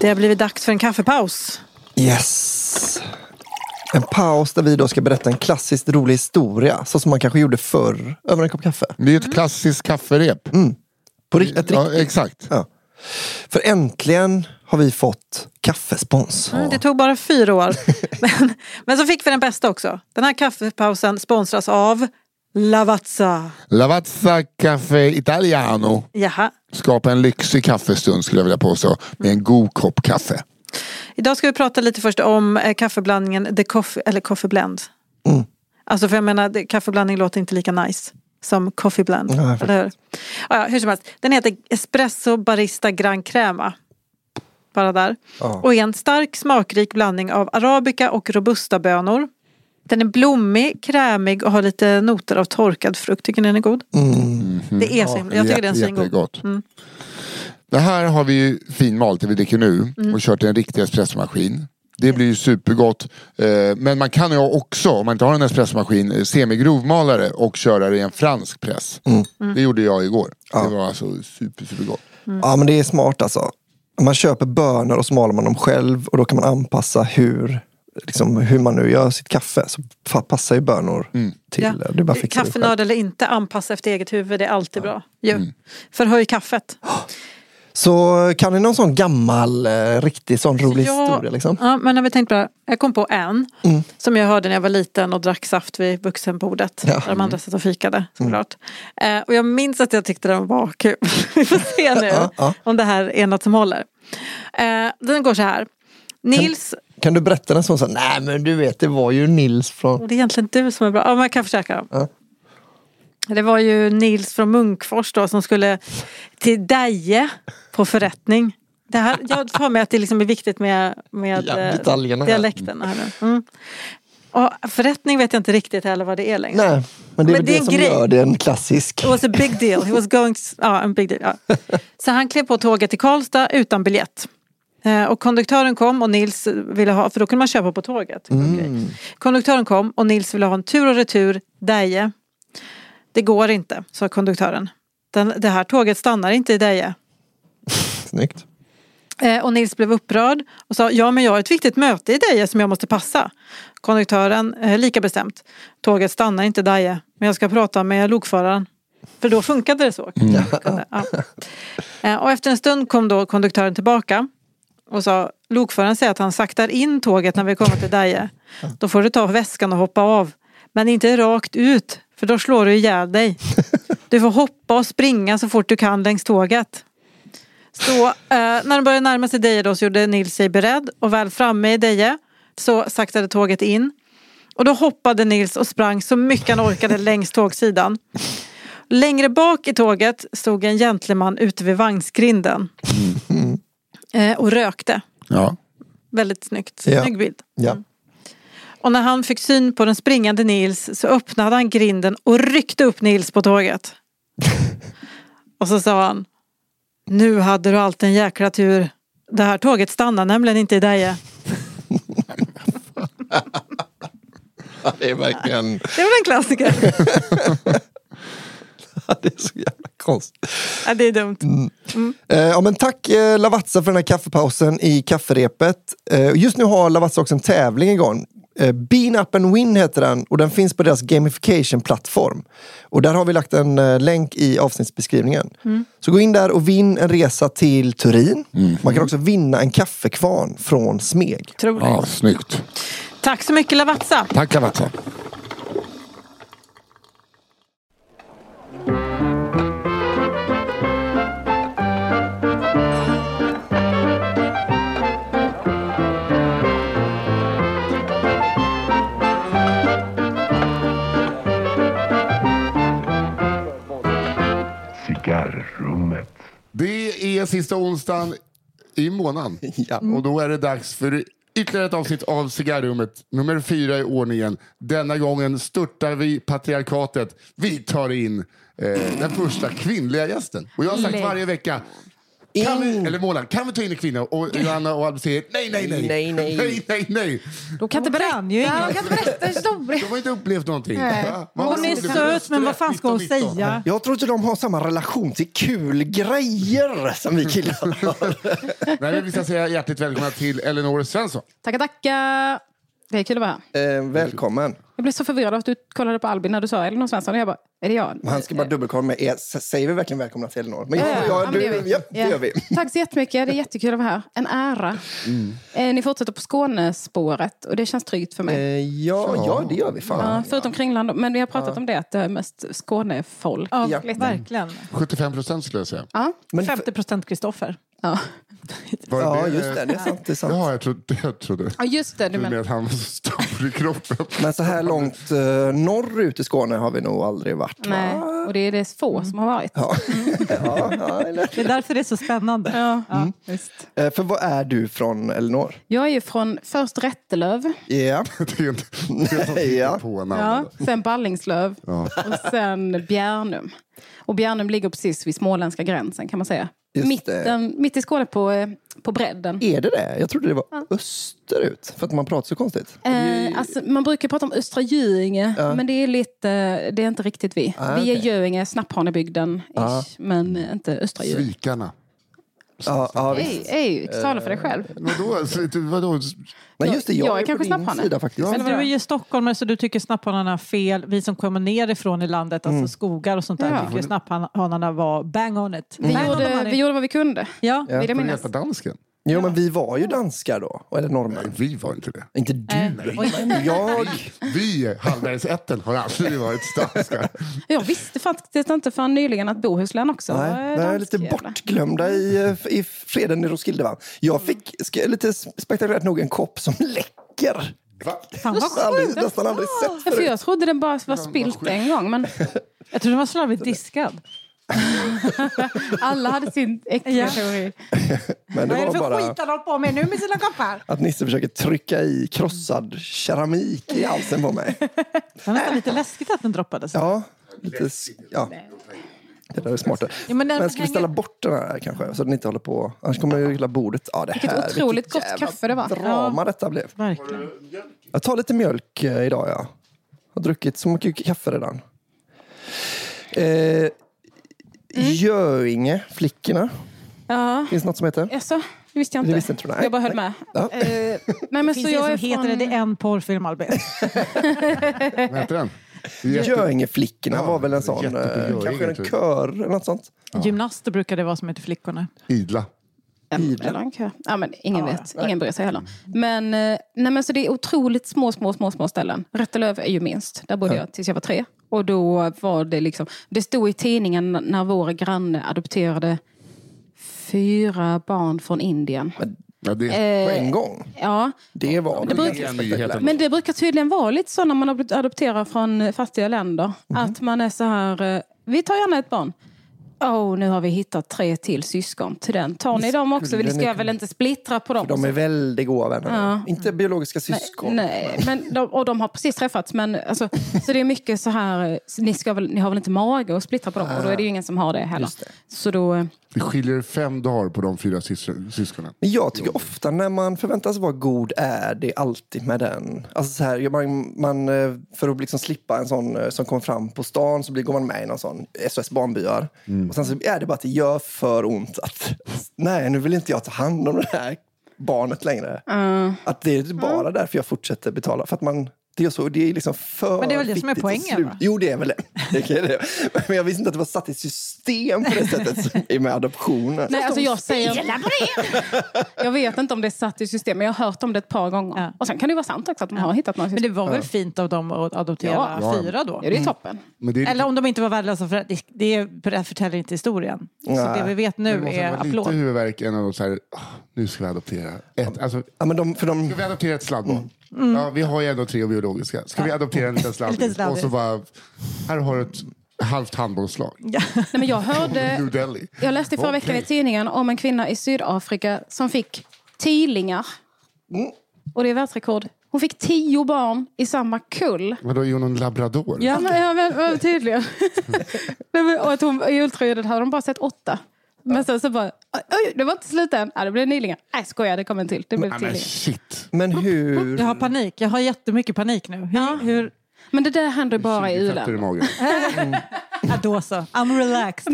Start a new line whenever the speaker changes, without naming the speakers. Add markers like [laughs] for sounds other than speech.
Det har blivit dags för en kaffepaus.
Yes. En paus där vi då ska berätta en klassiskt rolig historia. Så som man kanske gjorde förr över en kopp kaffe.
Det är ju ett klassiskt kafferep.
Mm.
På ri- ett
Ja,
riktigt.
exakt.
Ja. För äntligen har vi fått kaffespons.
Mm.
Det tog bara fyra år. men, men så fick vi den bästa också. Den här kaffepausen sponsras av Lavazza.
Lavazza Caffè Italiano.
Jaha.
Skapa en lyxig kaffestund skulle jag vilja påstå. Med en god kopp kaffe.
Idag ska vi prata lite först om eh, kaffeblandningen The Coffee, eller Coffee Blend. Alltså för jag menar, det- kaffeblandning låter inte lika nice som Coffee Blend. eller hur? Ja, ja, hur som helst, den heter Espresso Barista Gran Crema. Bara där. Och är en stark smakrik blandning av arabica och robusta bönor. Den är blommig, krämig och har lite noter av torkad frukt. Tycker ni den är god? Det är så himla, jag tycker den är svingod.
Jättegott. Det här har vi ju finmalt, det vi dricker nu,
Mm.
och kört i en riktig espressomaskin. Det blir ju supergott. Eh, Men man kan ju också, om man inte har en espressomaskin, eh, semigrovmalare och köra det i en fransk press.
Mm.
Det gjorde jag igår. Det var alltså super, supergott.
Ja men det är smart alltså. Man köper bönor och så maler man dem själv och då kan man anpassa hur, liksom, hur man nu gör sitt kaffe. Så fa- passar ju bönor
Mm.
till.
Ja.
Det är bara att fixa det själv. Mm.
Kaffenörd eller inte, anpassa efter eget huvud, det är alltid bra. Jo. Förhöj kaffet.
Så kan ni någon sån gammal, eh, riktig sån rolig
Ja,
historia? Liksom? Mm.
Ja, men när vi tänkte på det här, jag kom på en som jag hörde när jag var liten och drack saft vid vuxenbordet. Där de
Mm.
andra satt och fikade såklart. Eh, och jag minns att jag tyckte den var kul. [laughs] vi får se nu om det här är något som håller. Eh, den går så här. Nils,
Kan du berätta en sån? Så, här, Nej men du vet, det var ju Nils från...
och det är egentligen du som är bra. Ja, men jag kan försöka. dem.
Ja.
Det var ju Nils från Munkfors då som skulle till Deje på förrättning. Det här, jag tar med att det liksom är viktigt med, med
Ja,
eh,
detaljerna här.
dialekten. Här nu. mm. och förrättning vet jag inte riktigt heller vad det är längre.
Nej, men
Men
det är väl
det är
det,
en
som
grej.
gör det en klassisk.
It was a big deal. He was going to, ja, en big deal. Ja. Så han klev på tåget till Karlstad utan biljett. Eh, Och konduktören kom och Nils ville ha, för då kunde man köpa på tåget. Okej. Konduktören kom och Nils ville ha en tur och retur Deje. Det går inte, sa konduktören. Den, det här tåget stannar inte i Deje.
Snyggt.
Eh, Och Nils blev upprörd och sa ja men jag har ett viktigt möte i Deje som jag måste passa. Konduktören eh, lika bestämt. Tåget stannar inte i Deje men jag ska prata med lokföraren. För då funkade det så. Ja. Eh, Och efter en stund kom då konduktören tillbaka och sa lokföraren säger att han saktar in tåget när vi kommer till Deje. Då får du ta väskan och hoppa av. Men inte rakt ut för då slår du ihjäl dig. Du får hoppa och springa så fort du kan längs tåget. Så eh, när de började närma sig Deje då så gjorde Nils sig beredd och väl framme i Deje så saktade tåget in. Och då hoppade Nils och sprang så mycket han orkade längs tågsidan. Längre bak i tåget stod en gentleman ute vid vagnsgrinden eh, och rökte.
Ja.
Väldigt snyggt.
Ja.
Snygg bild.
Ja.
Och när han fick syn på den springande Nils så öppnade han grinden och ryckte upp Nils på [laughs] tåget. och så sa han. Nu hade du allt en jäkla tur. Det här tåget stannar nämligen inte i Deje.
[laughs] Det är verkligen... [laughs]
Det var en klassiker. [laughs]
det är så jävla konstigt.
ja, det är dumt.
Eh, ja, men tack eh, Lavazza för den här kaffepausen i kafferepet. Eh, och just nu har Lavazza också en tävling igång. Eh, Bean Up and Win heter den och den finns på deras gamification-plattform. Och där har vi lagt en eh, länk i avsnittsbeskrivningen.
Mm.
Så gå in där och vinn en resa till Turin. Man kan också vinna en kaffekvarn från Smeg.
Otroligt.
ja, snyggt.
Tack så mycket Lavazza.
Tack Lavazza.
Kafferummet.
Det är sista onsdagen i månaden.
[laughs] Ja.
Och då är det dags för ytterligare ett avsnitt av Cigarrummet. Nummer fyra i ordningen. Denna gången störtar vi patriarkatet. Vi tar in eh, den första kvinnliga gästen. Och jag har sagt
Lägg.
varje vecka. Kan vi, eller Målan, kan vi ta in en kvinna? Och Johanna och Albin säger nej, nej, nej.
Nej, nej.
[laughs] nej, nej, nej.
De kan inte
Hon
berätta,
kan ju
de
inget.
kan inte berätta historier.
De har inte upplevt någonting. Va? Vad
Hon
var
är
det?
söt, men vad fan ska hon
19, 19.
säga?
Jag tror inte de har samma relation till kul grejer som vi killar har.
Nej, men vi ska säga hjärtligt välkomna till Elinor Svensson.
Tackar, tackar. Det är kul att vara här.
eh, välkommen.
Jag blev så förvirrad av att du kollade på Albin när du sa Elinor Svensson. Och jag bara, är det jag?
Han ska bara dubbelkolla med er. S- Säger vi verkligen välkomna till Elinor? Men
Ja,
ja,
ja,
ja, du,
men det gör vi.
ja, det
Ja.
gör vi.
Tack så jättemycket. Det är jättekul att vara här. En ära. Eh, ni fortsätter på Skånespåret och det känns tryggt för mig.
Eh, ja, ja, det gör vi
ja,
fan.
förutom Kringland. då. Men vi har pratat om det, att det är mest Skånefolk.
Ja,
Ja.
verkligen.
75 procent skulle jag säga.
Ja.
Men,
50 procent Kristoffer.
Ja.
Var
ja,
det-
just det. Det är sant. Det är sant.
Ja, jag trodde, jag trodde.
ja, just det. Du
med
menar.
att han [laughs] var så stor i kroppen. [laughs]
Men så här långt eh, norrut i Skåne har vi nog aldrig varit. va?
Nej, och det är det få som har varit.
Ja. [laughs] ja, ja, eller?
Det är därför det är så spännande. Mm.
Ja, visst.
Eh, För vad är du från Elinor?
Jag är ju från först Rättelöv,
Ja.
Det är inte
ja.
på
ja,
namn.
[laughs]
sen Ballingslöv och sen Bjärnum. Och Bjärnum ligger precis vid småländska gränsen kan man säga.
Just
Mitten, mitt i Skåne på, eh, på bredden.
Är det det? Jag trodde det var österut. För att man pratar så konstigt.
Eh, alltså, man brukar prata om Östra Göinge, men det är, lite, det är inte riktigt vi.
Ah,
vi är Göinge, Snapphanebygden, ish, men inte Östra Göinge.
Svikarna.
Ja, ja, visst.
Ej, ej, tala för dig
Eh,
själv.
Vadå? Så- du- vadå?
Nej, just det. Jag,
jag är
är
kanske
på din
snapphane.
sida faktiskt.
Ja.
Men Alltså, du är ju stockholmare så du tycker snapphanarna har fel. Vi som kommer nerifrån i landet, alltså skogar och sånt där,
Ja. Mm.
tycker ju snapphanarna var bang on it.
Vi,
Bang on them,
gjorde,
honey.
vi gjorde vad vi kunde,
Ja.
vill jag
Får du
minnas.
alltså-
hjälpa dansken?
Jo, men vi var ju danskar då. Eller norrmän.
Nej, vi var inte det.
Inte du. men jag.
Vi, Hallbergsätten, har aldrig varit danskar.
Jag visste faktiskt inte förrän nyligen att Bohuslän också var
Nej, nej,
dansk
lite
jävla.
bortglömda i, eh, i freden i Roskilde. Va? Jag fick sk- lite spektakulärt nog en kopp som läcker.
Va?
Fan vad
Aldrig,
sjukt.
nästan aldrig sett
Ja, för
förut.
jag trodde den bara var spilt en gång, men
Jag trodde den var slarvigt diskad.
alla hade sin
[laughs]
äckliga
Ja.
teori.
Men det var bara
han håller på med nu med sina koppar?
att Nisse försöker trycka i krossad keramik i halsen på mig.
Det var nästan lite läskigt att den droppades.
Ja, lite... s- Ja. Det där är smartare.
Ja,
men
men den
ska vi ställa bort den här kanske? Så att den inte håller på. Annars kommer jag gilla bordet. Ja, det här,
otroligt gott
jävla
kaffe det var.
drama detta blev.
Verkligen.
Jag tar lite mjölk eh, idag, ja. Jag har druckit så mycket kaffe redan. Eh, Göinge, flickorna.
Ja,
Finns det något som heter?
alltså, det visste jag inte.
Det visste inte du, nej.
Jag bara höll med.
Ja. [laughs]
Eh, nej, men
Finns
så
det
jag
som
är
heter
från...
det? Det är en porrfilm, Albin.
Vad heter den? Jätte...
Göingeflickorna
Ja,
var väl en sån,
jättebra
eh,
Göinge,
kanske en
tror jag.
kör eller något sånt.
Gymnaster brukar det vara som heter Flickorna.
Idla.
Eller en kö. Ja, men ingen
Ja,
vet. Ingen bryr sig heller. Men, eh, nej, men så det är otroligt små, små, små, små ställen. Rättelöv är ju minst. Där bodde jag tills jag var tre. Och då var det liksom... Det stod i tidningen när vår granne adopterade fyra barn från Indien.
Ja, det
På en gång.
Ja,
Det var väl
brukar-
ganska
nyheten.
Eh.
spektakulärt.
men det brukar tydligen vara lite så när man adop- adopterar från fattiga länder.
Mhm.
Att man är så här, eh, vi tar gärna ett barn. Åh, nu har vi hittat tre till syskon till den. Tar ni dem också?
Skulle
Ni
ni
ska
kunna-
väl inte splittra på dem?
De är väldigt goda vänner. Inte biologiska syskon.
Nej, men de, och de har precis träffats. Men, alltså, så det är mycket så här, eh, ni, ska väl, ni har väl inte mage att splittra på dem? Och då är det ju ingen som har det heller. Så då, eh,
Det skiljer fem dagar på de fyra sys- syskonen.
Men jag tycker ofta när man förväntas vara god är det alltid med den. Alltså så här, man, man, eh, för att liksom slippa en sån eh, som kommer fram på stan så blir, går man med i någon sån SOS Barnbyar. Och sen så är det bara att det gör för ont att [laughs] nej, nu vill inte jag ta hand om det här barnet längre. Att det är bara därför jag fortsätter betala. För att man, det är så, det är liksom för
Men det är väl det som är
viktigt att
poängen,
sluta-
va?
Jo, det är väl det. [laughs] det, är det. Men jag visste inte att det var satt i system på det sättet som är med adoptionen.
nej, alltså jag säger... Jag vet inte om det är satt i system, men jag har hört om det ett par gånger.
Ja.
Och sen kan det ju vara sant också att de har hittat någon
Men det
system.
var väl fint av dem att adoptera
Ja.
fyra då?
Ja,
Mm.
det är toppen.
Men det är
Eller om de inte var värdelösa för det, det det förtäljer inte historien. Så
Nej.
det vi vet nu
måste
är
vara lite
applåd.
huvudvärk än att så här, "Ah, nu ska vi adoptera ett. Alltså,
Ja, men de, för de,
Ska vi adoptera ett sladdbarn? Mm. [laughs] Ja, vi har ju ändå tre biologiska. Ska vi adoptera en liten sladdis?
Liten sladdis.
Och så bara, här har du ett halvt handbollslag.
Nej, men jag hörde...
New Delhi.
Jag läste i förra veckan i tidningen om en kvinna i Sydafrika som fick tidlingar. Och det är världsrekord. Hon fick tio barn i samma kull.
Men då är hon en labrador.
Ja, men, ja, men, men tydligen. [laughs] Nej, men, och att hon, I ultraljudet hade de bara sett åtta. Men sen så bara, oj, oj, det var inte slut än. Ja, det blev nylingar. Nej, skoja, det kom en till. Det
Nej,
blev
men
tidlingar.
shit.
Men hur...
Jag har panik. Jag har jättemycket panik nu. Hur, hur,
Men det där händer bara i
Fötter i
u-länder.
[laughs] magen.
ja, då så. I'm relaxed.